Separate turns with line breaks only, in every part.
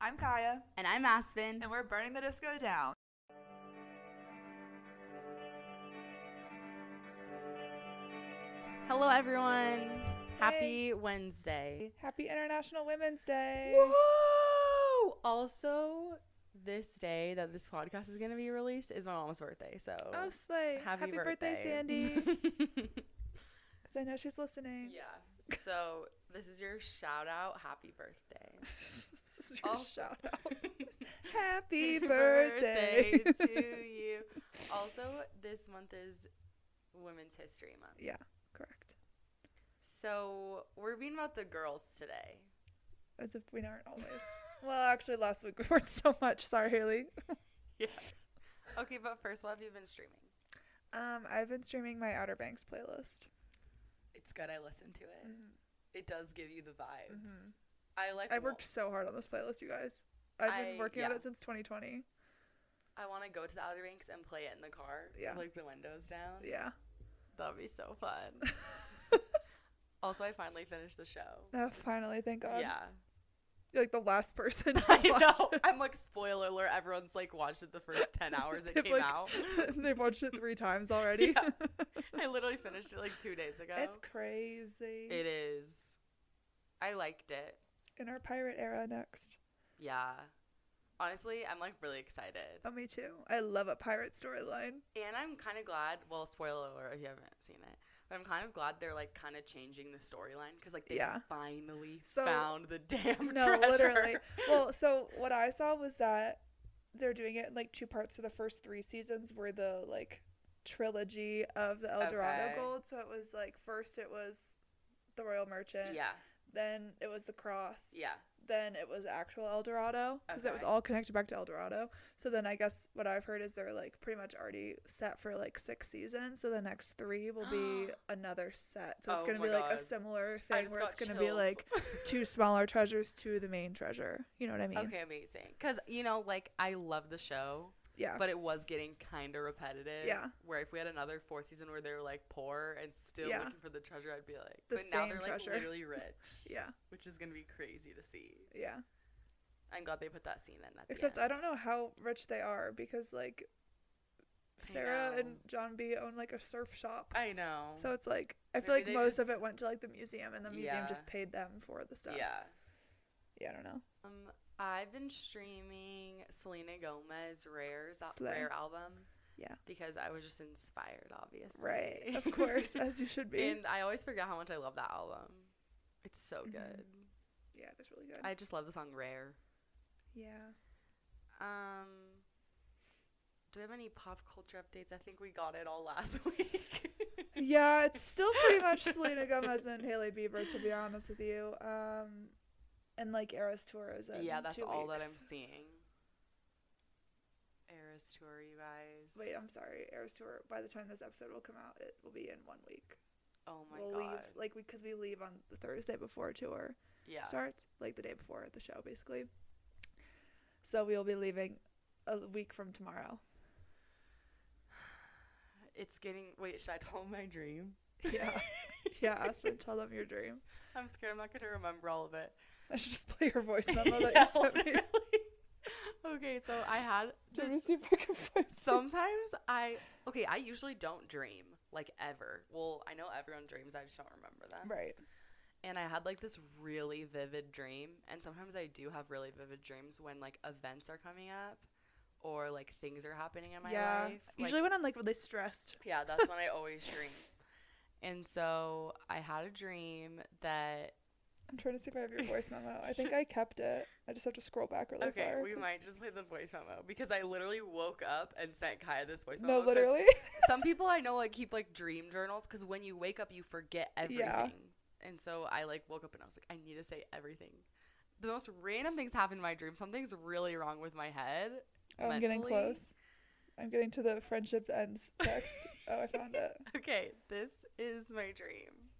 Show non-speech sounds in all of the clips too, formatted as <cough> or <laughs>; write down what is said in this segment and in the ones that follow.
I'm Kaya,
And I'm Aspen.
and we're burning the disco down.
Hello, everyone. Happy Wednesday.
Happy International Women's Day!
Woo! Also, this day that this podcast is going to be released is my mom's birthday. So,
Oh, Slay!
happy,
birthday, Sandy!
<laughs>
Because I know she's listening.
yeah. So, this is your shout out. Happy <laughs> birthday.
<laughs> this is your
Also-
shout
<laughs>
out. Happy birthday!
birthday to you. Also, this month is Women's History Month.
<laughs> yeah, correct.
So, we're being about the girls today.
As if we aren't always. well, actually, last week we weren't so much. Sorry, Haley.
<laughs> Yeah. Okay, but first, what have you been streaming?
Um, I've been streaming my Outer Banks playlist.
It's good. I listened to it.
Mm-hmm.
It does give you the vibes.
Mhm.
I like.
I worked so hard on this playlist, you guys. I've been
I-
working on
yeah.
it since 2020.
I want to go to the Outer Banks and play it in the car. with,
Yeah.
Like the windows down.
Yeah. <laughs>
That'd be so fun. also, I finally finished the show.
Oh, finally, thank God. <laughs>
Yeah. <laughs>
You're like the last person. To
I
watch
know.
it.
I'm like spoiler alert. Everyone's like watched it the first
<laughs>
ten hours it
They've,
came
like,
out. <laughs>
They've watched it three times already.
Yeah. I literally finished it like two days ago.
It's crazy.
It is. I liked it.
In our pirate era next.
Yeah. Honestly, I'm like really excited.
Oh, me too. I love a pirate
<laughs>
storyline.
And I'm kind of glad. Well, spoiler alert if you haven't seen it, but I'm kind of glad they're like kind of changing the storyline because like they
Yeah.
finally
So-
found the damn
No,
treasure.
literally. Well, so what I saw was that they're doing it in like two parts. So the first three seasons were the like trilogy of the El Dorado
Okay.
gold. So it was like first it was the Royal Merchant.
<laughs> Yeah,
Then it was the Cross.
yeah,
then it was actual El Dorado because it was
Okay.
all connected back to El Dorado. So then I guess what I've heard is they're like pretty much already set for like six seasons. So the next three will be
<gasps>
another set. So it's
Oh
gonna
my
be like a
God.
similar
I
thing
just
where
got
it's gonna be
chills.
like <laughs> two smaller treasures to the main treasure. You know what I mean?
<laughs> okay, amazing. Because you know, like I love the show,
Yeah.
but it was getting kind of repetitive.
Oh. Yeah.
Where if we had another fourth season where they were like poor and still
Yeah.
looking for the treasure, I'd be like,
The
but now
same
they're
treasure.
like
<laughs>
literally rich,
yeah.
which is gonna be crazy to see.
Yeah.
I'm glad they put that scene in. At
Except
the
I
end.
don't know how rich they are because like Sarah
know.
and John B own like a surf shop.
I know.
So it's like I feel
Maybe
like
they
most of
just-
it went to like the museum and the museum
Yeah.
just paid them for the stuff.
yeah.
Yeah, I don't know.
Um, I've been streaming Selena Gomez Rare's al-
Slay.
Rare album.
Yeah.
Because I was just inspired, obviously.
Right.
<laughs>
Of course, as you should be.
and I always forget how much I love that album. It's so
Mhm.
good.
yeah, that's really good.
I just love the song Rare.
yeah.
Um, do we have any pop culture updates? I think we got it all last <laughs> week.
Yeah, it's still pretty much Selena Gomez and Haley Bieber, to be honest with you. Um, and like Eras Tour is in
yeah, that's
two
all that I'm
weeks.
seeing. Eras tour, you guys.
Wait, I'm sorry. Eras Tour. By the time this episode will come out, it will be in one week.
oh my
we'll
god.
leave like because we, leave on the Thursday before tour
Yeah.
starts, like the day before the show, basically. So we will be leaving a week from
<laughs>
tomorrow.
It's getting. Wait, should I tell 'em my dream?
Yeah, yeah. Aspen, tell them your dream.
I'm scared I'm not going to remember
<laughs>
all of it.
I should just play your <laughs> voice memo that
Yeah,
you sent <laughs> me.
literally. <laughs> okay, so I had this.
see if I can find
Sometimes I. Okay, I usually don't dream, like ever. Well, I know everyone dreams, I just don't remember them.
<laughs> Right.
And I had like this really vivid dream. And sometimes I do have really vivid dreams when like events are coming up or like things are happening in my
yeah.
life. Like,
Usually when I'm like really stressed.
Yeah, that's when I always
<laughs>
dream. And so I had a dream that
I'm trying to see if I have your voice memo. I <laughs> think I kept it. I just have to scroll back really
Okay,
far.
we
'cause-
might just play the voice memo because I literally woke up and sent Kaya this voice memo.
No,
'cause
literally.
<laughs>
<laughs>
Some people I know like keep like dream journals because when you wake up, you forget everything.
Yeah.
And so I like woke up and I was like, I need to say everything. The most random things happen in my dream. Something's really wrong with my head. <laughs>
Oh, I'm getting
mentally.
close. I'm getting to the friendship
<laughs>
ends text. oh, I found it.
Okay, this is my dream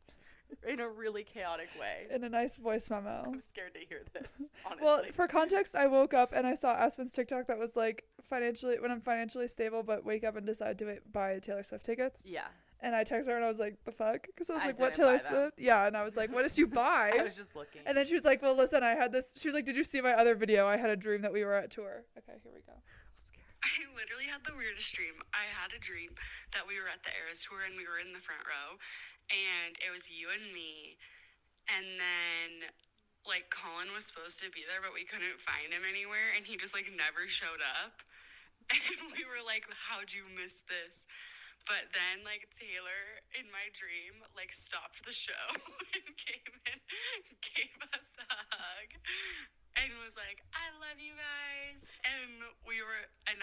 in a really chaotic
<laughs>
way.
In a nice voice memo.
I'm scared to hear this, honestly.
Well, for context, I woke up and I saw Aspen's TikTok that was like financially when I'm financially stable, but wake up and decide to buy Taylor Swift tickets.
yeah.
And I texted her and I was like, the fuck? Because I was
I
like, what
didn't
Taylor
buy them. Oh,
Swift? Yeah. And I was like, what
<laughs>
did you buy?
I was just looking.
and then she was like, well, listen, I had this. She was like, did you see my other video? I had a dream that we were at tour. Okay, here we go.
I'm scared.
<laughs> I literally had the weirdest dream. I had a dream that we were at the Eras tour and we were in the front row, and it was you and me, and then like Colin was supposed to be there, but we couldn't find him anywhere, and he just like never showed up, <laughs> and we were like, "How'd you miss this?" But then, like Taylor in my dream, like stopped the show <laughs> and came and gave us a hug and was like, "I love you guys." And we were, and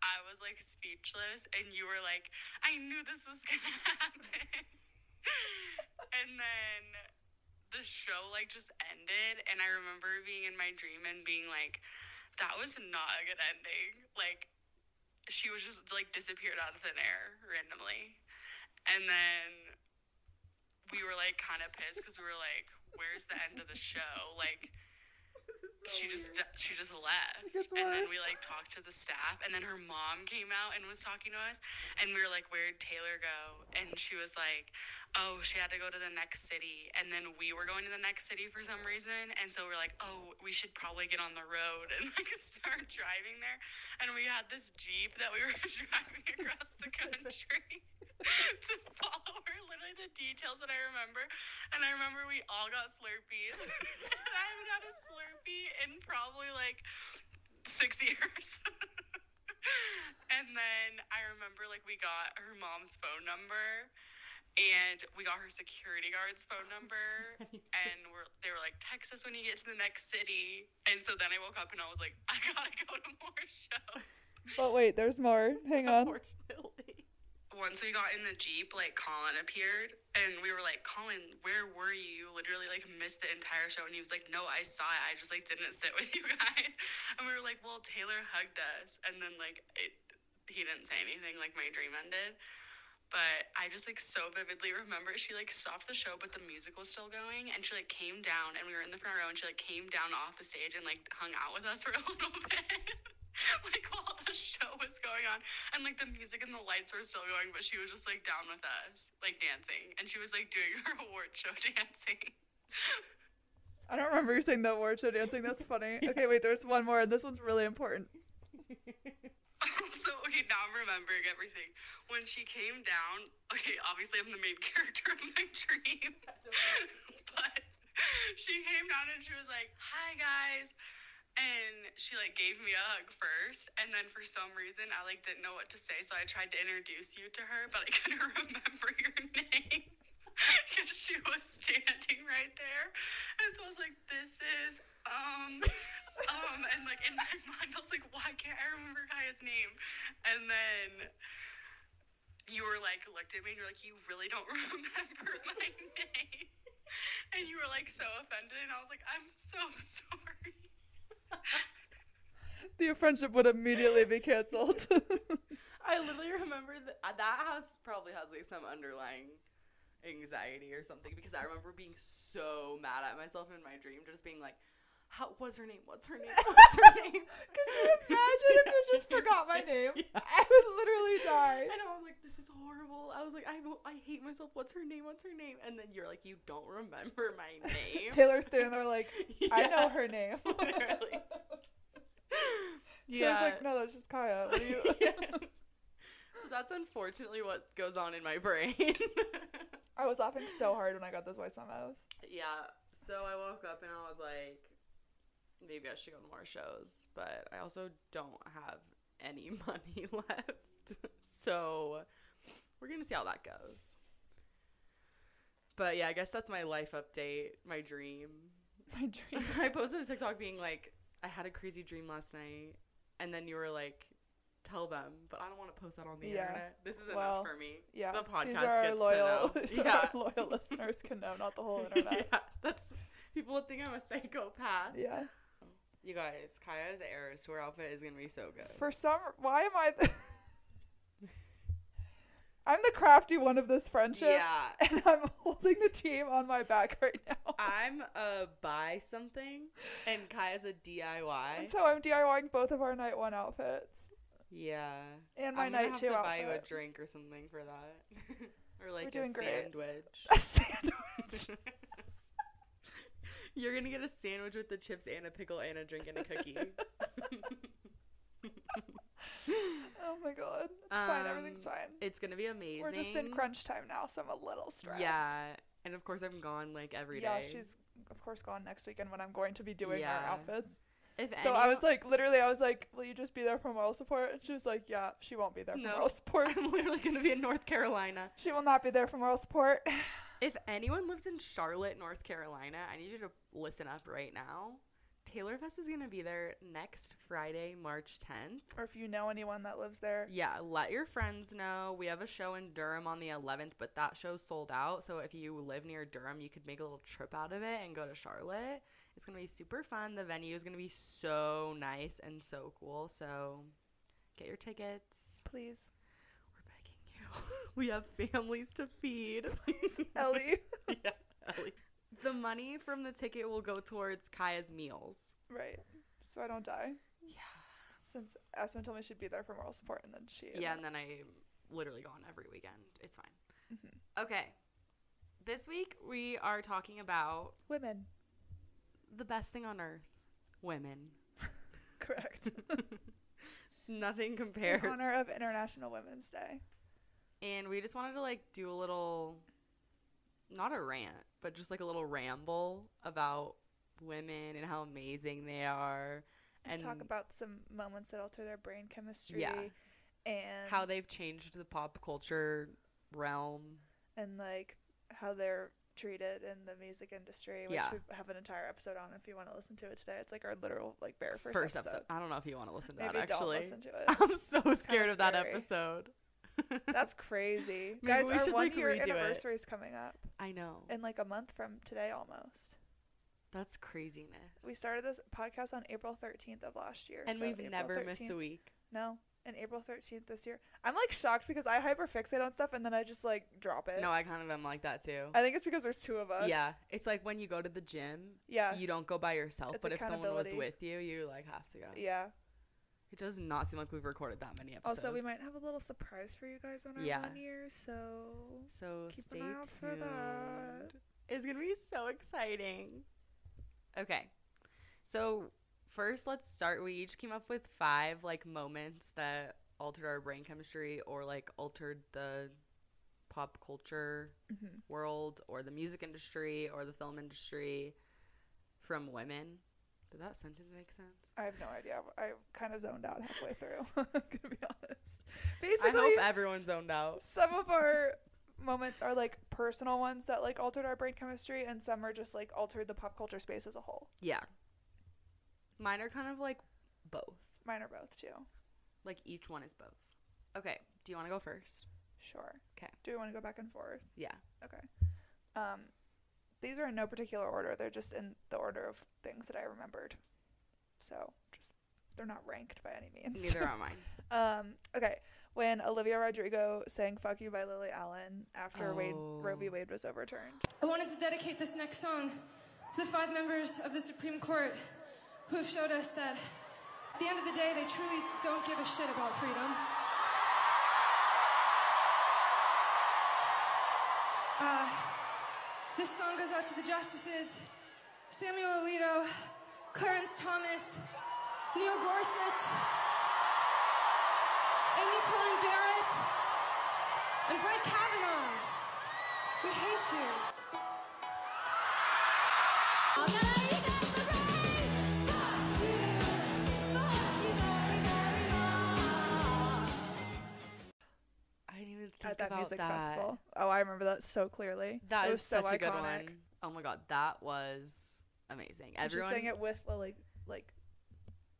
I was like speechless, and you were like, "I knew this was gonna <laughs> happen." and then the show like just ended, and I remember being in my dream and being like, "That was not a good ending." Like she was just like disappeared out of thin air randomly. And then we were like kind of pissed because we were like, where's the end of the show? Like, she just d- she just left
Oh, It gets
and then we
worse.
like talked to the staff and then her mom came out and was talking to us and we were like where'd taylor go and she was like oh she had to go to the next city and then we were going to the next city for some reason and so we're like oh we should probably get on the road and <laughs> like start driving there and we had this jeep that we <laughs> were driving across the country <laughs> to follow her literally the details that i remember and i remember we all got slurpees <laughs> and i haven't had a slurpee in probably like six <laughs> years and then i remember like we got her mom's phone number and we got her security guard's phone number and we're, they were like text us when you get to the next city and so then i woke up and i was like i gotta go to more <laughs> shows
But wait, there's more. Hang on.
Unfortunately.
once we got in the jeep like colin appeared and we were like colin where were you You literally like missed the entire show and he was like no i saw it i just like didn't sit <laughs> with you guys and we were like well taylor hugged us and then like it he didn't say anything like my dream ended but i just like so vividly remember she like stopped the show but the music was still going and she like came down and we were in the front row and she like came down off the stage and like hung out with us for a <laughs> little bit like while the show was going on and like the music and the lights were still going but she was just like down with us like dancing and she was like doing <laughs> her award show dancing
I don't remember you saying the award show dancing. That's funny. Okay, wait, there's one more, and this one's really important.
<laughs> also okay now i'm remembering everything when she came down okay obviously i'm the main <laughs> character of my dream <laughs> but she came down and she was like hi guys and she like gave me a hug first and then for some reason i like didn't know what to say so i tried to introduce you to her but i <laughs> couldn't remember your <laughs> name because she was standing right there and so i was like this is um um and like in <laughs> my mind i was like why can't i remember kaya's name and then you were like looked at me and you're like you really don't <laughs> remember my name and you were like so offended and i was like i'm so <laughs> sorry
The friendship would immediately be canceled. <laughs>
I literally remember that uh, that house probably has like some underlying anxiety or something because I remember being so mad at myself in my dream, just being like, "How? What's her name? What's her name? What's
<laughs>
her name?"
Could you imagine if you
<laughs>
just forgot my name? I would literally die.
And I was like, "This is horrible." I was like, "I mo- I hate myself. What's her name? What's her name?" And then you're like, "You don't remember my <laughs>
<laughs>
name."
Taylor's standing there like,
<laughs>
I
Yeah,
know her name.
Literally.
<laughs> Taylor's like, no, that's just Kaya. What are you?
<laughs> Yeah. So that's unfortunately what goes on in my brain.
<laughs>
<laughs>
I was laughing so hard when I got those voice memos.
yeah. So I woke up and I was like, maybe I should go to more shows, but I also don't have any <laughs> money left. so we're going to see how that goes. But yeah, I guess that's my life update, my dream. <laughs>
My dream. <laughs>
I posted a TikTok being like, I had a crazy dream last night, and then you were like, tell them, but I don't want to post that on the
Yeah.
internet. This is
Well,
enough for me.
Yeah,
the podcast
these are our
gets
loyal,
to know.
<laughs> these are
yeah.
our loyal <laughs> listeners can know, not the whole <laughs> internet.
<laughs> yeah, that's people would think I'm a psychopath.
Yeah.
You guys, Kaya's Eras tour outfit is gonna be so good.
For some, why am I? The- <laughs> I'm the crafty one of this friendship,
yeah,
<laughs> and I'm holding the team on my back right <laughs> now.
I'm a buy something, and Kaya's a DIY.
and so I'm DIYing both of our night one outfits
yeah,
and my
I'm gonna
night
have
two
to
outfit.
buy you a drink or something for that.
<laughs> Or like
doing
a
great.
sandwich.
<laughs> A sandwich.
<laughs>
<laughs>
You're gonna get a sandwich with the chips and a pickle and a drink and a cookie.
<laughs> oh my god. It's fine. Everything's
Um,
fine.
it's gonna be amazing.
We're just in crunch time now, so I'm a little stressed.
Yeah, and of course I'm gone like every day.
Yeah, she's of course gone next weekend when I'm going to be doing our
Yeah.
outfits.
If
So
any-
I was like, literally, I was like, "Will you just be there for moral support?" And she was like, "Yeah, she won't be there for
No.
moral support.
<laughs> I'm literally gonna be in North Carolina.
she will not be there for moral support." <laughs>
If anyone lives in Charlotte, North Carolina, I need you to listen up right now. Taylorfest is gonna be there next Friday, March 10th.
or if you know anyone that lives there,
Yeah, let your friends know. We have a show in Durham on the 11th, but that show sold out. So if you live near Durham, you could make a little trip out of it and go to Charlotte. It's going to be super fun. The venue is going to be so nice and so cool. So get your tickets.
please,
We're begging you. <laughs> we have families to feed. <laughs> Please.
Ellie. <laughs>
yeah, Ellie. The money from the ticket will go towards Kaya's meals.
right. So I don't die.
Yeah.
Since Aspen told me she'd be there for moral support, and then she
Yeah, and then I literally go on every weekend. It's fine. Okay. This week we are talking about
women.
the best thing on earth women. <laughs>
Correct.
Nothing compares.
In honor of International Women's Day.
and we just wanted to like do a little, not a rant, but just like a little ramble about women and how amazing they are
And,
and
talk about some moments that alter their brain chemistry.
Yeah.
And
how they've changed the pop culture realm.
and like how they're treated in the music industry, which
Yeah.
we have an entire episode on if you want to listen to it today. It's like our literal like bare first,
First,
episode.
episode. I don't know if you want to listen to
Maybe
that
don't
actually.
listen to
<laughs>
it.
I'm so scared of that
scary.
episode. <laughs>
That's crazy.
Maybe
Guys,
we
our
should,
one
like,
year
redo it.
anniversary is coming up
I know.
in like a month from today almost.
That's craziness.
We started this podcast on April 13th of last year.
and
so
we've
April
never missed
13th
a week.
No. And April 13th this year. I'm like shocked because I hyperfixate on stuff and then I just like drop it.
No, I kind of am like that too.
I think it's because there's two of us.
yeah, it's like when you go to the gym,
Yeah.
you don't go by yourself,
It's
but if someone was
accountability.
with you, you like have to go.
yeah.
It does not seem like we've recorded that many episodes.
Also, we might have a little surprise for you guys on our
Yeah.
one year, so
So
Keep an
stay
eye out
tuned.
for that.
It's gonna be so exciting. Okay, so first let's start. We each came up with five like moments that altered our brain chemistry or like altered the pop culture <laughs>
Mhm.
world or the music industry or the film industry from women. Did that sentence make sense?
I have no idea. I kind of zoned out
<laughs>
halfway through. <laughs> I'm gonna be honest.
I
Basically,
<laughs> hope everyone zoned out.
some of our moments are like personal ones that like altered our brain chemistry, and some are just like altered the pop culture space as a whole.
Yeah. Mine are kind of like both.
Mine are both too.
Like each one is both. Okay, do you want to go <laughs> first?
Sure.
'Kay.
Do we want to go back and forth?
Yeah.
Okay. Um, these are in no particular order. They're just in the order of things that I remembered. So just they're not ranked by any means.
Neither are mine.
<laughs> Um, okay. When Olivia Rodrigo sang Fuck You by Lily Allen after Wade Roe v.
Oh.
Wade was overturned.
I wanted to dedicate this next song to the five members of the Supreme Court who have showed us that at the end of the day, they truly don't give a shit about freedom. Uh, this song goes out to the justices Samuel Alito, Clarence Thomas, Neil Gorsuch, Amy Coney Barrett, and Brett Kavanaugh. We hate you.
I didn't even think
At that
about
music
that.
festival. Oh, I remember that so clearly.
That
it
is
was so
such a
iconic.
good one. Oh my god, that was amazing.
And
Everyone,
she sang it with Lily, like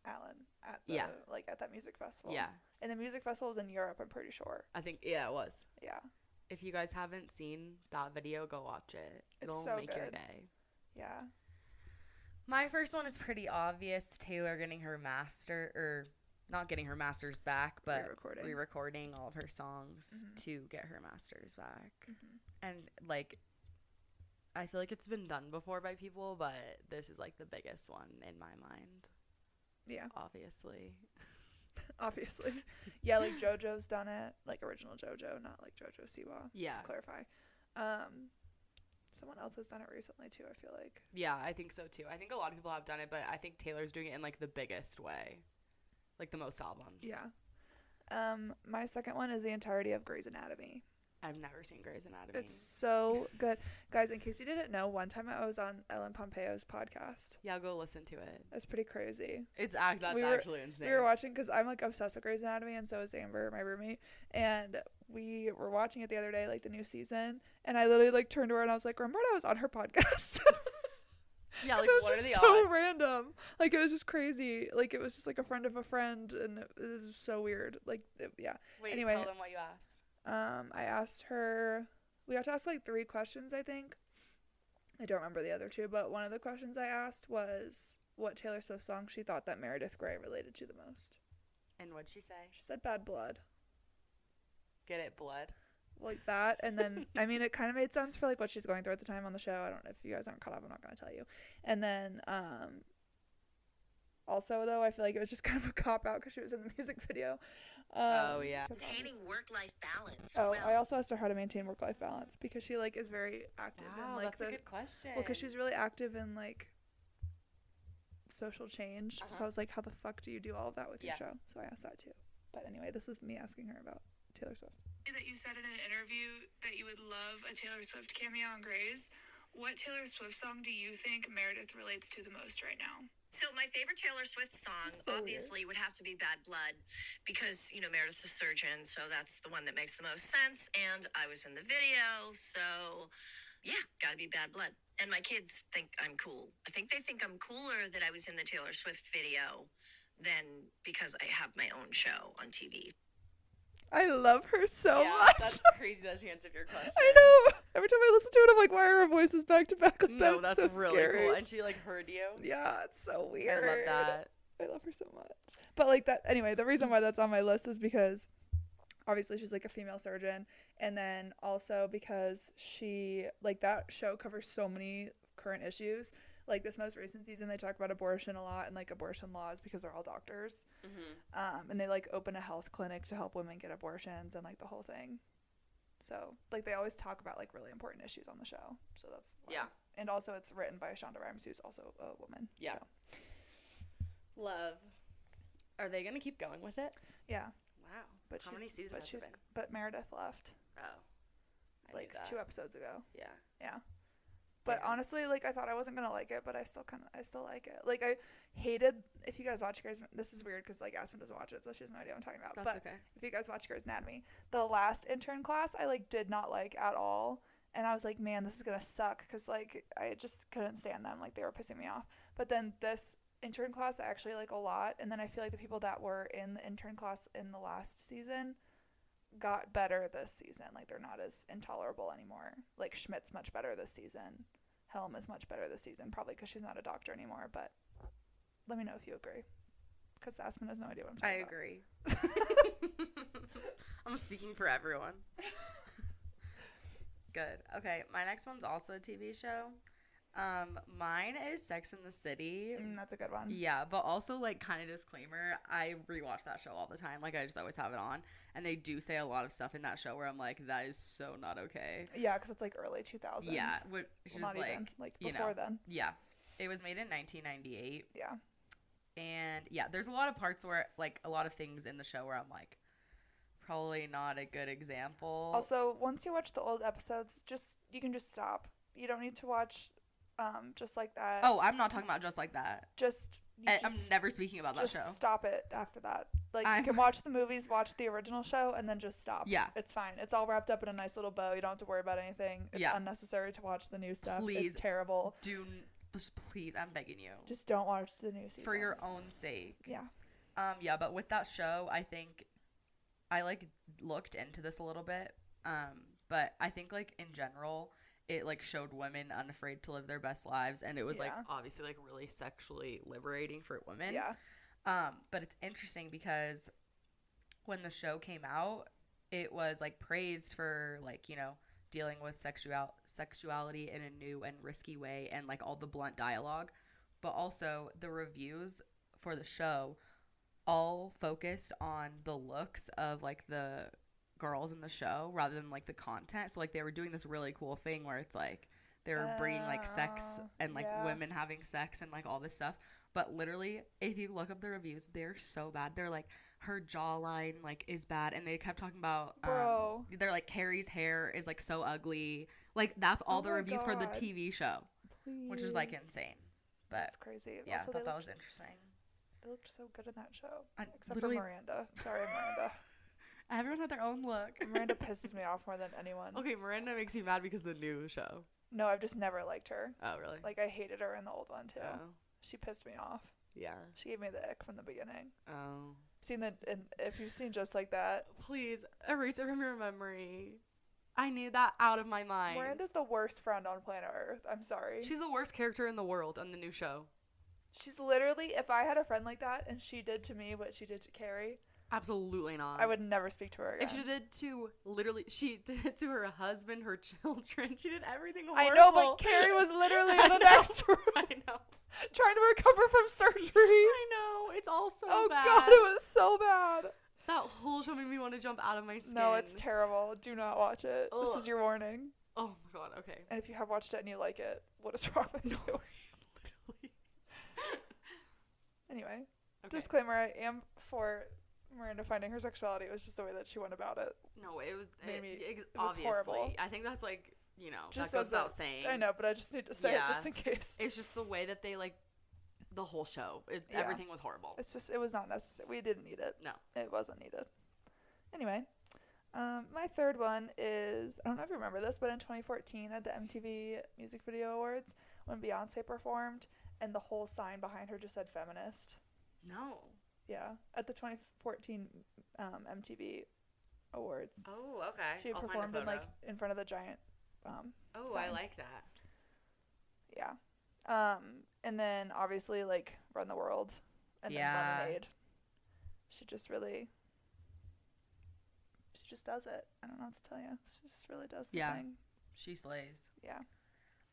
Allen at the,
Yeah.
like at that music festival.
yeah,
And the music festival was in Europe, I'm pretty sure.
I think yeah, it was.
Yeah.
If you guys haven't seen that video, go watch it.
It's
It'll
so
make your
good.
day.
Yeah.
My first one is pretty obvious. Taylor getting her master or not getting her masters back, but
Re-recording. Mm-hmm.
re-recording all of her songs to get her masters back. And like I feel like it's been done before by people, but this is like the biggest one in my mind,
Yeah.
obviously.
obviously. <laughs> yeah, like JoJo's done it, like original JoJo, not like JoJo Siwa.
Yeah.
To clarify, um, someone else has done it recently too. I feel like
Yeah, I think so too. I think a lot of people have done it, but I think Taylor's doing it in like the biggest way, like the most albums.
yeah. Um, my second one is the entirety of Grey's Anatomy.
I've never seen Grey's Anatomy.
It's so good, guys. In case you didn't know, one time I was on Ellen Pompeo's podcast.
yeah, go listen to it.
That's pretty crazy.
It's act. That's
We were-
actually insane.
We were watching because I'm like obsessed with Grey's Anatomy, and so is Amber, my roommate. And we were watching it the other day, like the new season. And I literally like turned to her and I was like, "Remember when I was on her podcast?" <laughs>
yeah, like
it was
what are
just
the
so
odds?
random. Like it was just crazy. Like it was just like a friend of a friend, and it was so weird. Like it- yeah.
Wait,
anyway.
tell them what you asked.
Um, I asked her. We got to ask like three questions, I think. I don't remember the other two, but one of the questions I asked was what Taylor Swift song she thought that Meredith Grey related to the most.
And what'd she say?
She said "Bad Blood."
Get it, blood.
Ah, like that and then i mean it kind of made sense for like what she's going through at the time on the show i don't know if you guys aren't caught up i'm not going to tell you and then um also though i feel like it was just <laughs> kind of a cop out because she was in the music video um,
oh yeah.
'cause
Maintaining
obvious-
work-life balance.
oh
well,
i also asked her how to maintain work-life balance because she like is very active
Wow,
in like
that's
the
a good question.
well because she's really active in like social change so i was like how the fuck do you do all of that with
Uh-huh. Yeah.
your show so i asked that too but anyway this is me asking her about taylor swift
that you said in an interview that you would love a Taylor Swift cameo on Grays. What Taylor Swift song do you think Meredith relates to the most right now?
so my favorite Taylor Swift song,
That's so weird.
obviously, would have to be "Bad Blood," because you know Meredith's a surgeon, so that's the one that makes the most sense. And I was in the video, so yeah, gotta be "Bad Blood." And my kids think I'm cool. I think they think I'm cooler that I was in the Taylor Swift video than because I have my own show on TV.
i love her so
yeah,
much
That's <laughs> crazy that she answered your question.
<laughs> I know. Every time I listen to it, I'm like, why are our voices back to back <laughs> like that?
No,
It's
that's
so
really
scary.
cool. And she like heard you.
yeah, it's so
I
weird.
love that.
I love her so much. But like that, anyway, the reason why that's on my list is because obviously she's like a female surgeon, and then also because she like that show covers so many current issues. Like this most recent season, they talk about abortion a lot and like abortion laws because they're all doctors,
Mm-hmm.
um, and they like open a health clinic to help women get abortions and like the whole thing. So like they always talk about like really important issues on the show. So that's why.
Yeah.
And also it's written by Shonda Rhimes, who's also a woman.
Yeah.
So,
Love. Are they gonna keep going with it?
yeah.
Wow.
But
how
she-
many seasons
But
has
she's
it been?
but Meredith left
Oh, I knew
like
that.
two episodes ago.
Yeah.
Yeah. But
Damn.
honestly, like I thought I wasn't gonna like it, but I still kind of I still like it. Like I hated if you guys watch Grey's. This is weird because like Aspen doesn't watch it, so she has no idea what I'm talking about.
That's
but
okay.
if you guys watch Grey's Anatomy, the last intern class I like did not like at all, and I was like, man, this is gonna suck because like I just couldn't stand them, like they were pissing me off. But then this intern class I actually like a lot, and then I feel like the people that were in the intern class in the last season got better this season. Like they're not as intolerable anymore. Like Schmidt's much better this season. Helm is much better this season, probably because she's not a doctor anymore. But let me know if you agree, because Aspen has no idea what I'm talking
I
about. <laughs>
agree. <laughs> I'm speaking for everyone. <laughs> Good. Okay, my next one's also a TV show. Um, mine is Sex in the City.
Mm, that's a good one.
Yeah, but also like kind of disclaimer, I rewatch that show all the time. Like I just always have it on, and they do say a lot of stuff in that show where I'm like, that is so not okay.
Yeah, because it's like early 2000s.
Yeah, which is
Well, not
like,
even. Like
you
before
know.
then.
yeah, it was made in 1998.
Yeah.
and yeah there's a lot of parts where like a lot of things in the show where i'm like probably not a good example
Also, once you watch the old episodes, just you can just stop. You don't need to watch um just like that.
oh i'm not talking about just like that
just you
I- i'm
just,
never speaking about that
just
show
stop it after that. Like
I'm-
you
<laughs>
can watch the movies, watch the original show and then just stop.
Yeah.
It's fine. It's all wrapped up in a nice little bow. You don't have to worry about anything. It's
Yeah.
unnecessary to watch the new stuff.
Please.
It's terrible.
do n- just please i'm begging you
Just don't watch the new season.
for your own sake
Yeah.
um yeah but with that show i think i like looked into this a little bit um but i think like in general it like showed women unafraid to live their best lives and it was like
Yeah.
obviously like really sexually liberating for women
Yeah.
Um, but it's interesting because when the show came out, it was like praised for like you know dealing with sexual sexuality in a new and risky way and like all the blunt dialogue, but also the reviews for the show all focused on the looks of like the girls in the show rather than like the content. So like they were doing this really cool thing where it's like they were bringing like sex
Oh,
and like
yeah.
women having sex and like all this stuff. But literally, if you look up the reviews, they're so bad. They're like her jawline like is bad, and they kept talking about um,
Bro.
They're like Carrie's hair is like so ugly. Like that's all
Oh
the
my
reviews for the
God.
TV show, which is like
Please.
insane. But
That's crazy.
yeah,
also,
I thought
they
that
looked,
was interesting.
they looked so good in that show.
I
Except
literally-
for
<laughs>
Miranda. Sorry, Miranda.
Everyone had their own look.
Miranda pisses me off more than anyone.
<laughs> okay, Miranda makes you mad because the new show.
No, I've just never liked her.
Oh really?
Like I hated her in the old one too.
Oh,
She pissed me off.
yeah.
She gave me the ick from the beginning.
Oh.
Seen that, and if you've seen just like that,
Please erase it from your memory. I need that out of my mind.
Miranda's the worst friend on planet Earth. I'm sorry.
She's the worst character in the world on the new show.
She's literally, if I had a friend like that and she did to me what she did to Carrie,
Absolutely not.
I would never speak to her again.
Um, If she did to literally, <laughs> she did it to her husband, her <laughs> children. She did everything
I
horrible.
know, but Carrie
<laughs>
was literally
I
in the
know.
next room
I know.
trying to recover from surgery.
I know. It's all so
oh
bad.
god, it was so bad.
That whole show made me want to jump out of my skin.
No, it's terrible. Do not watch it. This
Ugh.
is your warning.
oh my god. Okay.
And if you have watched it and you like it, what is <laughs> wrong with you?
<laughs> Literally.
Anyway,
Okay.
disclaimer: I am for Miranda finding her sexuality. It was just the way that she went about it.
No, it was
made
it,
me-
ex-
it was
obviously.
horrible.
I think that's like you know
Just
that goes
as a-
without saying.
I know, but I just need to say it just
Yeah.
in case.
It's just the way that they like the whole show. It,
Yeah.
Everything was horrible.
It's just it was not necessary. We didn't need it.
no.
It wasn't needed. Anyway, um, my third one is I don't know if you remember this, but in 2014 at the MTV Music Video Awards, when Beyonce performed, and the whole sign behind her just said feminist.
No.
Yeah, at the 2014 um, MTV Awards,
Oh, okay.
she
I'll find a
performed in like
photo.
in front of the giant. Um,
Oh, I
sign.
like that.
Yeah, um, and then obviously like Run the World, and
Yeah.
then Lemonade. She just really, she just does it. I don't know what to tell you. She just really does the
Yeah.
thing.
She slays.
Yeah.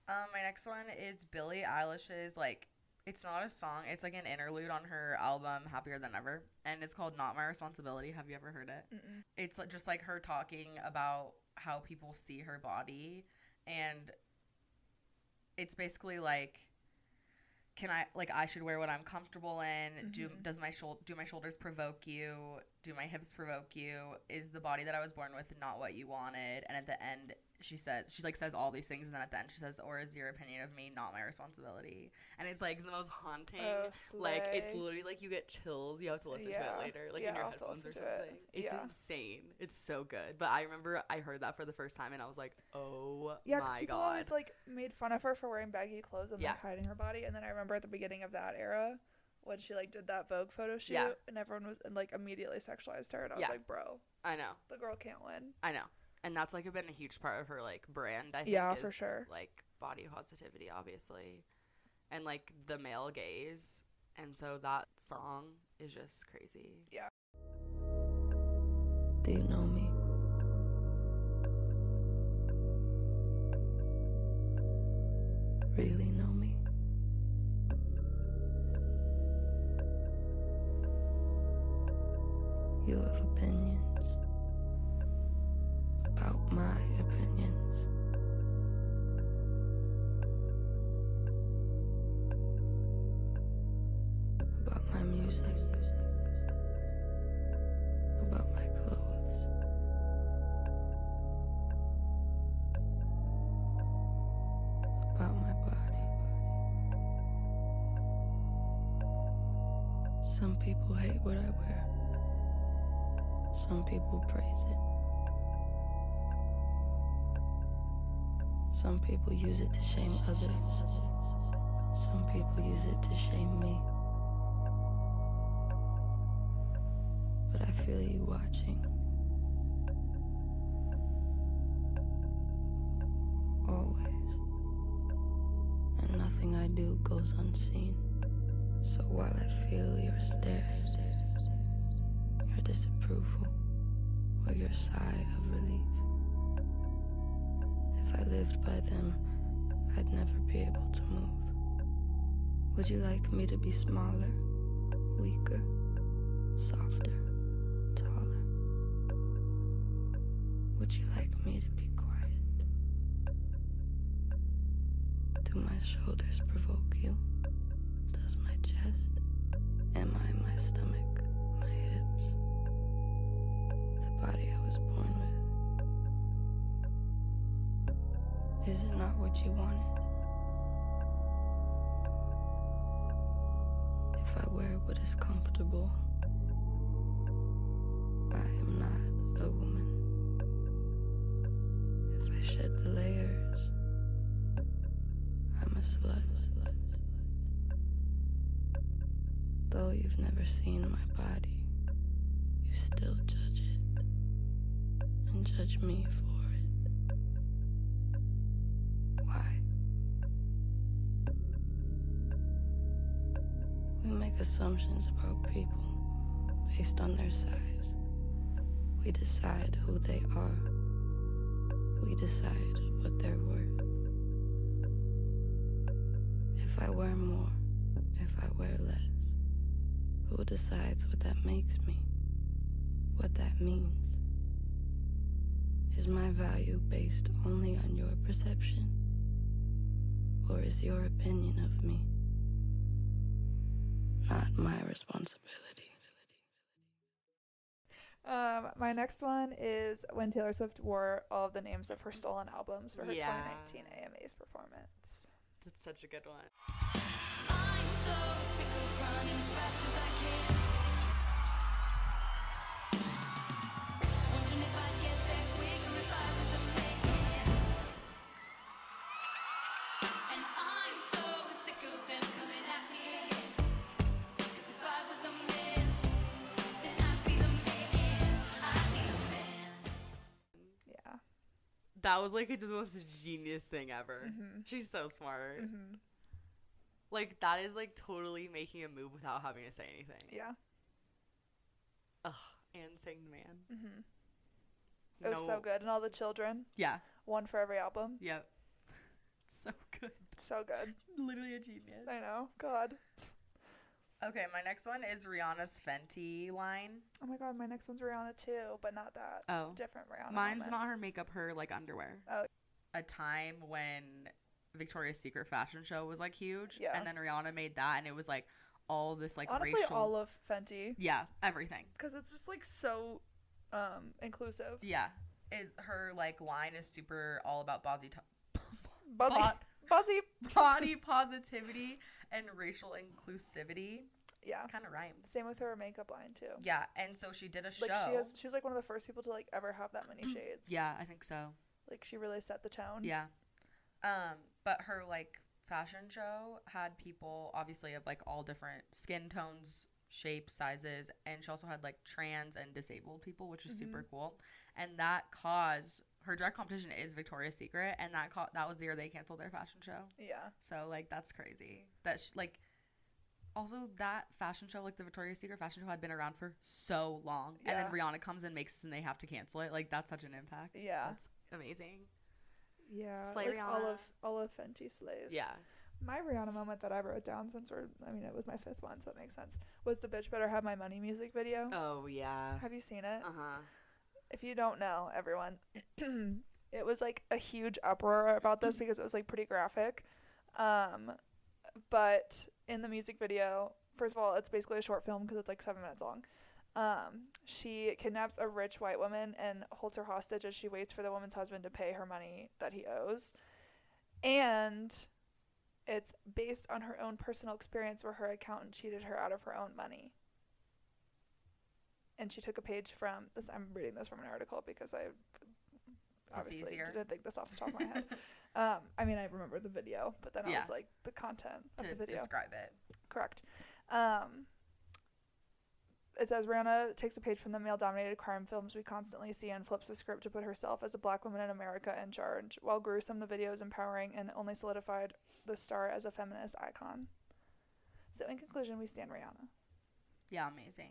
Um, my next one is Billie Eilish's like it's not a song, it's like an interlude on her album Happier Than Ever, and it's called Not My Responsibility. Have you ever heard it?
Mm-mm.
It's like, just like her talking about how people see her body and it's basically like can I like I should wear what I'm comfortable in? Do
Mhm.
does my shoul- do my shoulders provoke you? Do my hips provoke you? Is the body that I was born with not what you wanted? And at the end, she says she like says all these things, and then at the end she says, "Or is your opinion of me not my responsibility?" And it's like the most haunting.
Oh,
like it's
slay.
literally like you get chills. You have to listen to
Yeah.
it later, like
Yeah,
in
I'll
your
have to
headphones or
listen
something.
to it.
It's
Yeah.
insane. It's so good. But I remember I heard that for the first time, and I was like, "Oh
Yeah, because
my
people
god!"
always like made fun of her for wearing baggy clothes and
Yeah.
like hiding her body. And then I remember at the beginning of that era when she like did that Vogue photo shoot
Yeah.
and everyone was and like immediately sexualized her and I was
Yeah.
like, Bro,
I know.
the girl can't win.
I know. And that's like been a huge part of her like brand, I think.
Yeah, for
is,
sure.
Like body positivity, obviously. And like the male gaze. And so that song is just crazy.
Do you know me? Really know me? You have opinions about my opinions. About my music about my clothes. About my body. Some people hate what I wear. Some people praise it. Some people use it to shame others. Some people use it to shame me. but I feel you watching. Always. And nothing I do goes unseen. So while I feel your stares, your disapproval, or your sigh of relief, if I lived by them, I'd never be able to move. Would you like me to be smaller, weaker? Would you like me to be quiet? Do my shoulders provoke you? Does my chest? Am I my stomach? My hips? The body I was born with? Is it not what you wanted? If I wear what is comfortable, I am not a woman. If I shed the layers, I'm a slut. Though you've never seen my body, you still judge it and judge me for it. Why? We make assumptions about people based on their size. We decide who they are. We decide what they're worth. If I wear more, if I wear less, who decides what that makes me? What that means? Is my value based only on your perception? Or is your opinion of me not my responsibility?
Um, my next one is when Taylor Swift wore all of the names of her stolen albums for her
Yeah.
2019 AMAs performance.
That's such a good one.
Yeah.
That was like the most genius thing ever.
Mm-hmm.
She's so smart. Like that is like totally making a move without having to say anything.
Yeah.
Ugh, and saying the man.
Mm-hmm. It was so
No-
good. And all the children,
Yeah.
one for every album.
Yep. <laughs> so good. <laughs>
So good.
Literally a genius.
I know. God.
Okay, my next one is Rihanna's Fenty line.
Oh my God. My next one's Rihanna too, but not that.
Oh.
Different Rihanna.
Mine's
moment.
not her makeup, her like underwear.
Oh.
A time when Victoria's Secret fashion show was like huge.
Yeah.
And then Rihanna made that and it was like all this like
Honestly,
racial
all of Fenty.
Yeah, everything.
Because it's just like so um inclusive.
Yeah. It, her like line is super all about body to-
Buzzy.
Bot-
<laughs> Buzzy.
<laughs> body positivity and racial inclusivity.
Yeah.
Kind of rhymes.
Same with her makeup line too.
Yeah, and so she did a show.
Like she has, she was like one of the first people to like ever have that
<clears throat>
many shades.
yeah, I think so.
Like she really set the tone.
Yeah. Um, but her like fashion show had people obviously of like all different skin tones, shapes, sizes, and she also had like trans and disabled people, which is super
Mm-hmm.
cool. And that caused her direct competition is Victoria's Secret, and that ca- that was the year they canceled their fashion show.
Yeah.
So like that's crazy. That sh- like also that fashion show, like the Victoria's Secret fashion show, had been around for so long, and then
Yeah.
Rihanna comes and makes this, and they have to cancel it. Like that's such an impact.
Yeah.
that's amazing.
Yeah.
Slay
like all
Rihanna.
of all of Fenty slays.
Yeah.
My Rihanna moment that I wrote down since we're I mean it was my fifth one, so it makes sense. Was the Bitch Better Have My Money music video.
Oh yeah. Uh-huh.
Have you seen it?
huh.
If you don't know, everyone, <clears throat> it was like a huge uproar about <laughs> this because it was like pretty graphic. Um, but in the music video, first of all, it's basically a short film because it's like seven minutes long. Um, she kidnaps a rich white woman and holds her hostage as she waits for the woman's husband to pay her money that he owes. And it's based on her own personal experience where her accountant cheated her out of her own money and she took a page from this. I'm reading this from an article because I obviously
easier.
didn't think this off the top of my
<laughs>
head. um, I mean, I remember the video, but then I
Yeah.
was like, the content of
To
the video,
describe it.
correct? Um, it says Rihanna takes a page from the male-dominated crime films we constantly see and flips the script to put herself as a black woman in America in charge. While gruesome, the video is empowering and only solidified the star as a feminist icon. So, in conclusion, we stand Rihanna.
Yeah, amazing.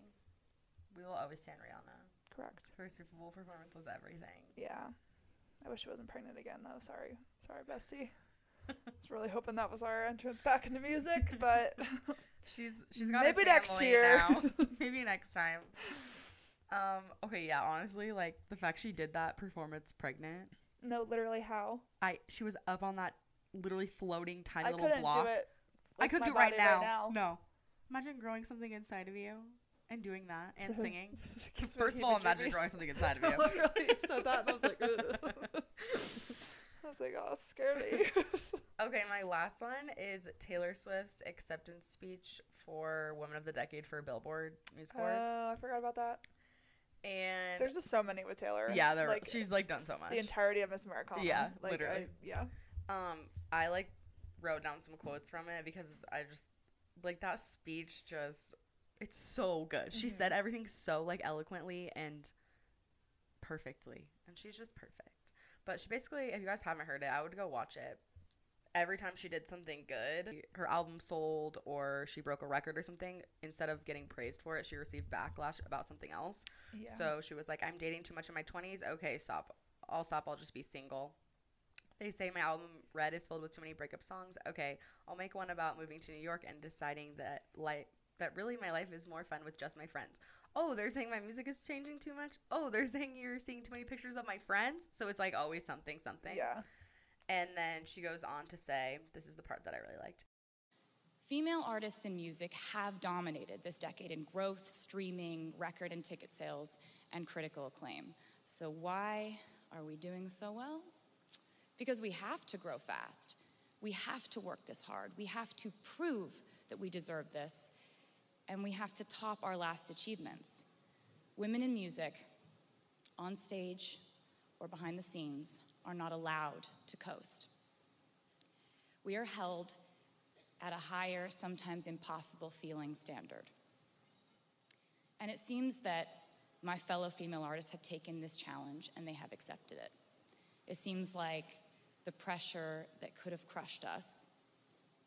We will always stand Rihanna.
Correct.
Her Super Bowl performance was everything.
Yeah. I wish she wasn't pregnant again, though. Sorry. Sorry, Bestie. I was really hoping that was our entrance back into music, but
<laughs>
<laughs>
She's she's got
Maybe
a
next <laughs>
family
year.
now. Maybe next time. Um, okay, yeah, honestly, like the fact she did that performance pregnant.
No, literally how?
I she was up on that literally floating tiny
I
little
couldn't
block.
do it.
I
with
could
my
do it right
body
now. No. Imagine growing something inside of you and doing that
<laughs>
and singing.
Gives me
First of all, imagine
heebie-jeebies. <laughs>
growing something inside of
I
you.
literally said that and I was like, "Ugh." I was like, oh, it's scary.
<laughs> Okay, my last one is Taylor Swift's acceptance speech for Woman of the Decade for Billboard News
Oh,
Awards.
I forgot about that.
and
There's just so many with Taylor.
yeah, there
like
she's like done so much.
the entirety of Miss Americana.
Yeah,
like,
literally.
I- yeah.
um, I like wrote down some quotes from it because I just like that speech. Just it's so good. She said everything so like eloquently and perfectly, and she's just perfect. But she basically, if you guys haven't heard it, I would go watch it. Every time she did something good, her album sold or she broke a record or something, instead of getting praised for it, she received backlash about something else.
Yeah.
So she was like, I'm dating too much in my 20s. Okay, stop. I'll stop. I'll just be single. They say my album Red is filled with too many breakup songs. Okay, I'll make one about moving to New York and deciding that life that really my life is more fun with just my friends. Oh, they're saying my music is changing too much. Oh, they're saying you're seeing too many pictures of my friends. So it's like always something something.
yeah.
And then she goes on to say, this is the part that I really liked.
Female artists in music have dominated this decade in growth, streaming, record and ticket sales, and critical acclaim. So, why are we doing so well? Because we have to grow fast. We have to work this hard. We have to prove that we deserve this. And we have to top our last achievements. Women in music, on stage or behind the scenes, are not allowed to coast. We are held at a higher, sometimes impossible feeling standard. And it seems that my fellow female artists have taken this challenge and they have accepted it. It seems like the pressure that could have crushed us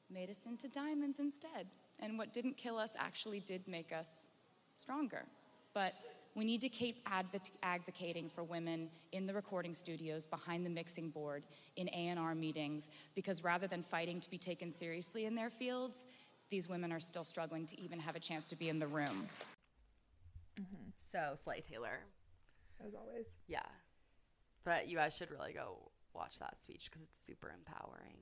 made us into diamonds instead. And what didn't kill us actually did make us stronger. But we need to keep advo- advocating for women in the recording studios, behind the mixing board, in A&R meetings, because rather than fighting to be taken seriously in their fields, these women are still struggling to even have a chance to be in the room.
So Slay Taylor.
As always.
Yeah. But you guys should really go watch that speech because it's super empowering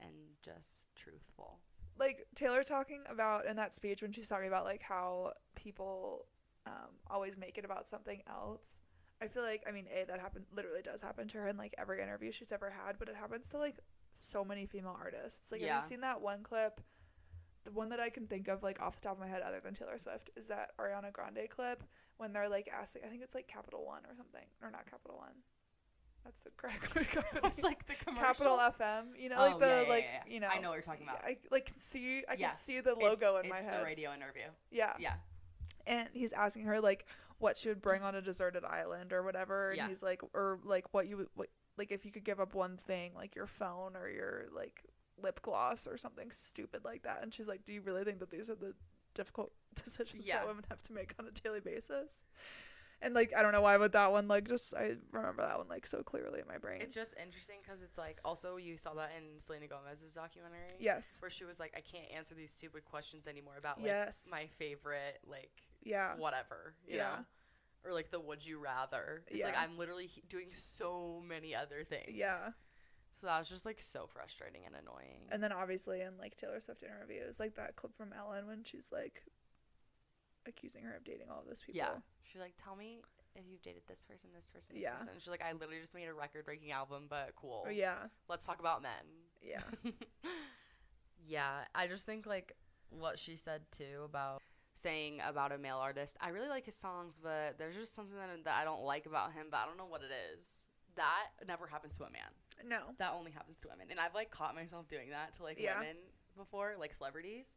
and just truthful.
like Taylor talking about in that speech when she's talking about like how people um, always make it about something else. I feel like I mean a that happened literally does happen to her in like every interview she's ever had, but it happens to like so many female artists. Like
Yeah.
have you seen that one clip? The one that I can think of like off the top of my head, other than Taylor Swift, is that Ariana Grande clip when they're like asking. I think it's like Capital One or something, or not Capital One. That's the correct <laughs> company.
<laughs>
It's like the
Capital
<laughs> commercial.
FM, you know,
Oh,
like the
yeah, yeah,
like
yeah, yeah.
you know.
I know what you're talking about.
I like can see I
Yeah.
can see the logo
It's-
in my
it's
head.
the radio interview.
Yeah.
Yeah.
and he's asking her like what she would bring on a deserted island or whatever, and
Yeah.
he's like, or like what you would what, like if you could give up one thing, like your phone or your like lip gloss or something stupid like that, and she's like, do you really think that these are the difficult <laughs> decisions
Yeah.
that women have to make on a daily basis? And like I don't know why, but that one like just I remember that one like so clearly in my brain.
It's just interesting because it's like also you saw that in Selena Gomez's documentary.
Yes.
Where she was like, I can't answer these stupid questions anymore about like
Yes.
my favorite like
yeah.
whatever. You
Yeah.
Know? Or like the would you rather. It's like
Yeah.
I'm literally he- doing so many other things.
Yeah.
So that was just like so frustrating and annoying.
And then obviously in like Taylor Swift interviews, like that clip from Ellen when she's like accusing her of dating all those people.
Yeah. She's like, tell me if you've dated this person, this person, this
Yeah.
person. She's like, I literally just made a record breaking album, but cool.
Oh,
Or yeah.
Let's talk about men.
Yeah.
<laughs> yeah. I just think like what she said too about saying about a male artist, I really like his songs, but there's just something that, that I don't like about him, but I don't know what it is. That never happens to a man.
No.
That only happens to women. And I've like caught myself doing that to like
Yeah.
women before, like celebrities.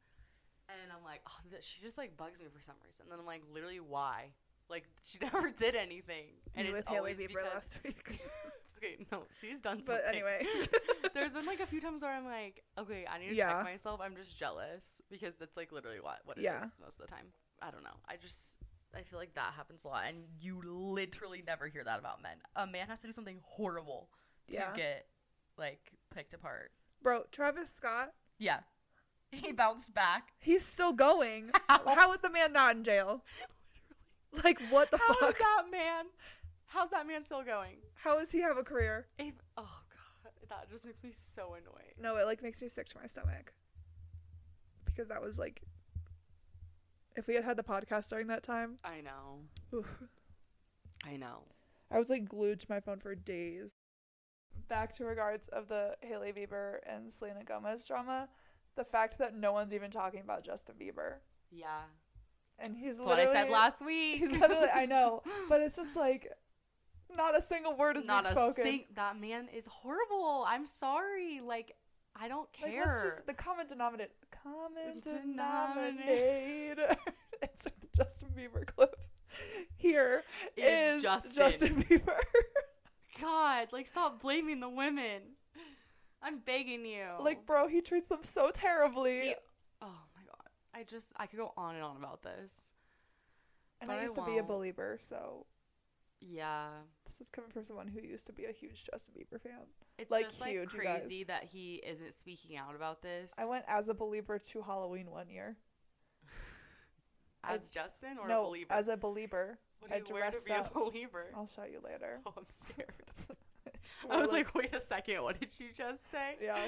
And I'm like, oh, th- she just like bugs me for some reason. And then I'm like, literally, why? Like, she <laughs> never did anything. And
Me
it's
with Haley
always
Bieber
because.
last week.
<laughs> okay, no, she's done something.
but anyway.
<laughs> There's been like a few times where I'm like, okay, I need to
Yeah.
check myself. I'm just jealous because that's like literally what, what it is
Yeah.
most of the time. I don't know. I just, I feel like that happens a lot. And you literally never hear that about men. A man has to do something horrible to
Yeah.
get like picked apart.
Bro, Travis Scott,
Yeah. <laughs> He bounced back. <laughs>
he's still going. How is the man not in jail?
Like what the
How
fuck?
did that man? How's that man still going?
<laughs> How does he have a career?
If, oh god, that just makes me so annoyed.
No, it like makes me sick to my stomach. Because that was like if we had had the podcast during that time,
I know.
oof.
I know.
I was like glued to my phone for days.
back to regards of the Haley Bieber and Selena Gomez drama, the fact that no one's even talking about Justin Bieber,
Yeah.
and he's
That's what I
literally
said last
<laughs>
week. <laughs>
He's literally I know, but it's just like not a single word is
Not
being
a
spoken.
sing- that man is horrible. I'm sorry. Like I don't
like
care.
that's just the common denominator. Common
Denominator.
<laughs> denominator. it's with the Justin Bieber clip. Here
Is
is,
Justin.
Justin. Bieber.
<laughs> God, like stop blaming the women. I'm begging you.
like, bro, he treats them so terribly.
He- oh my god. I just I could go on and on about this.
and
but
I
I
used to be a
won't.
believer, so
Yeah.
this is coming from someone who used to be a huge Justin Bieber fan.
It's
Like,
just
huge, you
like
guys.
crazy that he isn't speaking out about this.
I went as a believer to Halloween one year.
as Justin or
no,
a believer.
as a believer,
what do
I
you wear to
dressed
be a
up.
believer?
<laughs> I'll show you later. <laughs>
Oh, I'm <laughs> scared.
Just
I
wore,
was <laughs> like, wait a second, what did you just say?
yeah,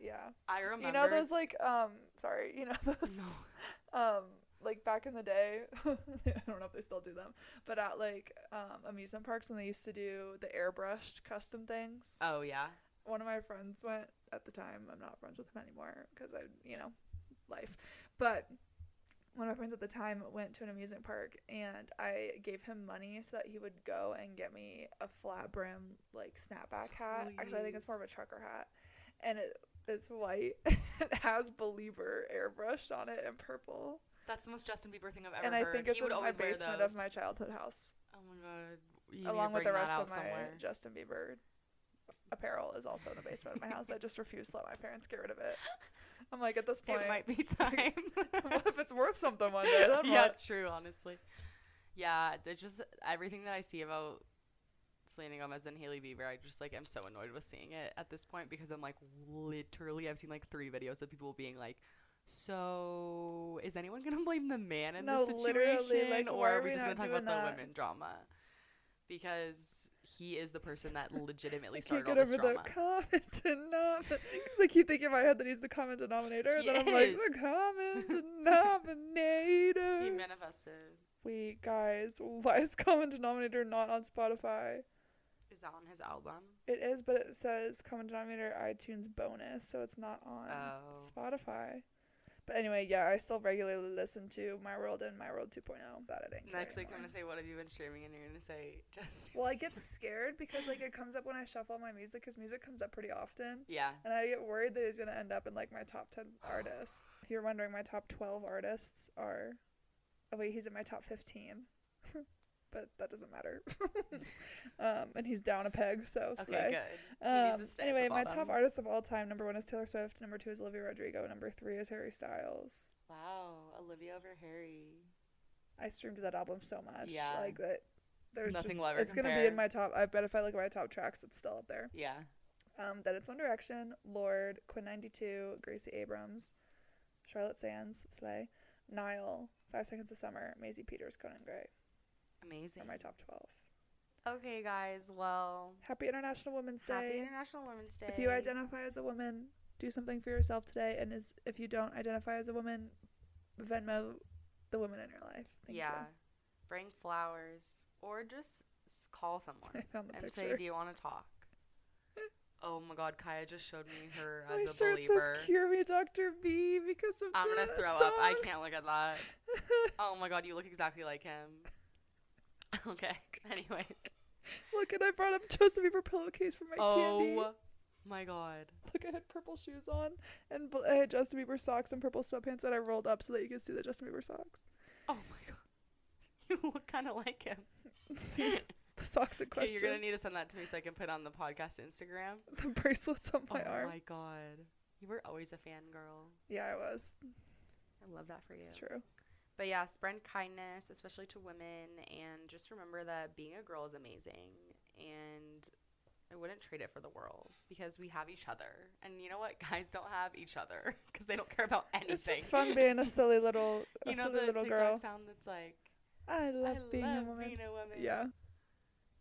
yeah.
I remember.
You know those like um, sorry, you know <laughs> those um, like back in the day. <laughs> I don't know if they still do them, but at like um, amusement parks when they used to do the airbrushed custom things.
Oh yeah.
one of my friends went at the time. I'm not friends with him anymore because I, you know, life. But one of my friends at the time went to an amusement park and I gave him money so that he would go and get me a flat brim, like, snapback hat.
Oh,
Actually, I think it's
Please.
more of a trucker hat. And it, it's white. <laughs> it has Believer airbrushed on it in purple.
That's the most Justin Bieber thing I've ever
and I
heard.
think it's
he would
in my
always wear
basement
those.
of my childhood house,
Oh my god. You need to
along with the
bring that
rest
out
of my
somewhere.
Justin Bieber apparel is also in the basement of my house. I just refuse to let my parents get rid of it. I'm like, at this point,
It might be time.
<laughs> what if it's worth something one day? <laughs> Then
<laughs> yeah,
what?
true. Honestly, yeah. It's just everything that I see about Selena Gomez and Haley Bieber. I just like I'm so annoyed with seeing it at this point because I'm like literally I've seen like three videos of people being like. So is anyone gonna blame the man in this
No, literally, like,
situation, or
why
are
are
we
we
just
not
gonna talk
doing
about the
that?
women drama? Because he is the person that legitimately
I
started
can't
all
get
this
over
drama.
the common <laughs> denominator. Because I keep thinking in my head that he's the common denominator.
He
and then I'm like,
is.
the
<laughs>
common denominator.
he manifested.
Wait, guys, why is common denominator not on Spotify?
Is that on his album?
It is, but it says common denominator iTunes bonus, so it's not on
Oh.
Spotify. But anyway, yeah, I still regularly listen to My World and My World 2.0. That I didn't. care
Next week I'm
anymore.
gonna say what have you been streaming, and you're gonna say just
Well, I get scared because like it comes up when I shuffle my music because music comes up pretty often,
<laughs> yeah.
and I get worried that it's gonna end up in like my top ten artists. If you're wondering, my top twelve artists are. Oh wait, he's in my top fifteen, <laughs> but that doesn't matter. <laughs> um, and he's down a peg, so
Okay,
slay.
good. He needs
Um,
to stay at the
anyway, my top
bottom.
artists of all time number one is Taylor Swift, number two is Olivia Rodrigo, number three is Harry Styles.
Wow, Olivia over Harry.
I streamed that album so much,
Yeah.
like that. There's
Nothing
just,
will ever
it's gonna be
compare.
in my top. I bet if I look at my top tracks, it's still up there.
Yeah.
Um, then it's One Direction, Lord, Quinn 92, Gracie Abrams, Charlotte Sands, Slay, Nile, Five Seconds of Summer, Maisie Peters, Conan Gray
Amazing.
are my top 12.
Okay, guys. Well,
Happy International Women's
happy
Day.
International Women's Day.
if you identify as a woman, do something for yourself today. And is if you don't identify as a woman, Venmo the woman in your life. Thank
yeah,
you.
bring flowers or just s- call someone
<laughs> I found the
and say,
picture.
"Do you want
<laughs>
to talk?" oh my God, Kaya just showed me her
My
as a
shirt
believer.
says "Cure Me, Doctor B" because of
I'm gonna
the
throw
song.
up. I can't look at
<laughs>
that. Oh my God, you look exactly like him. <laughs> okay. <laughs> Anyways.
Look, and I brought up Justin Bieber pillowcase for my candy.
Oh my God.
Look, I had purple shoes on, and bl- I had Justin Bieber socks and purple sweatpants that I rolled up so that you could see the Justin Bieber
<laughs>
socks. <laughs>
Oh my god. You look kind of like him.
See the socks in
Okay,
question.
you're going to need to send that to me so I can put it on the podcast Instagram.
the bracelets on my
oh
arm.
my god. You were always a fangirl.
Yeah, I was.
I love that for you.
It's true.
But yeah, spread kindness, especially to women, and just remember that being a girl is amazing. And I wouldn't trade it for the world because we have each other. And you know what? <laughs> Guys don't have each other <laughs> because they don't care about anything.
It's just fun being a silly little, a
<laughs> you know
silly
the
little
TikTok
girl.
sound that's like,
I love being a woman.
being a woman.
yeah.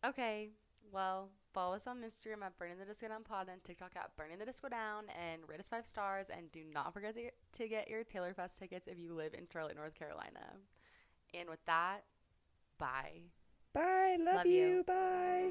Okay. Well, follow us on Instagram at Burning the Disco Down Pod and TikTok at Burning the Disco Down and rate us five stars. And do not forget to get, to get your Taylor Fest tickets if you live in Charlotte, North Carolina. And with that, bye.
Bye. Love,
Love
you.
you.
Bye.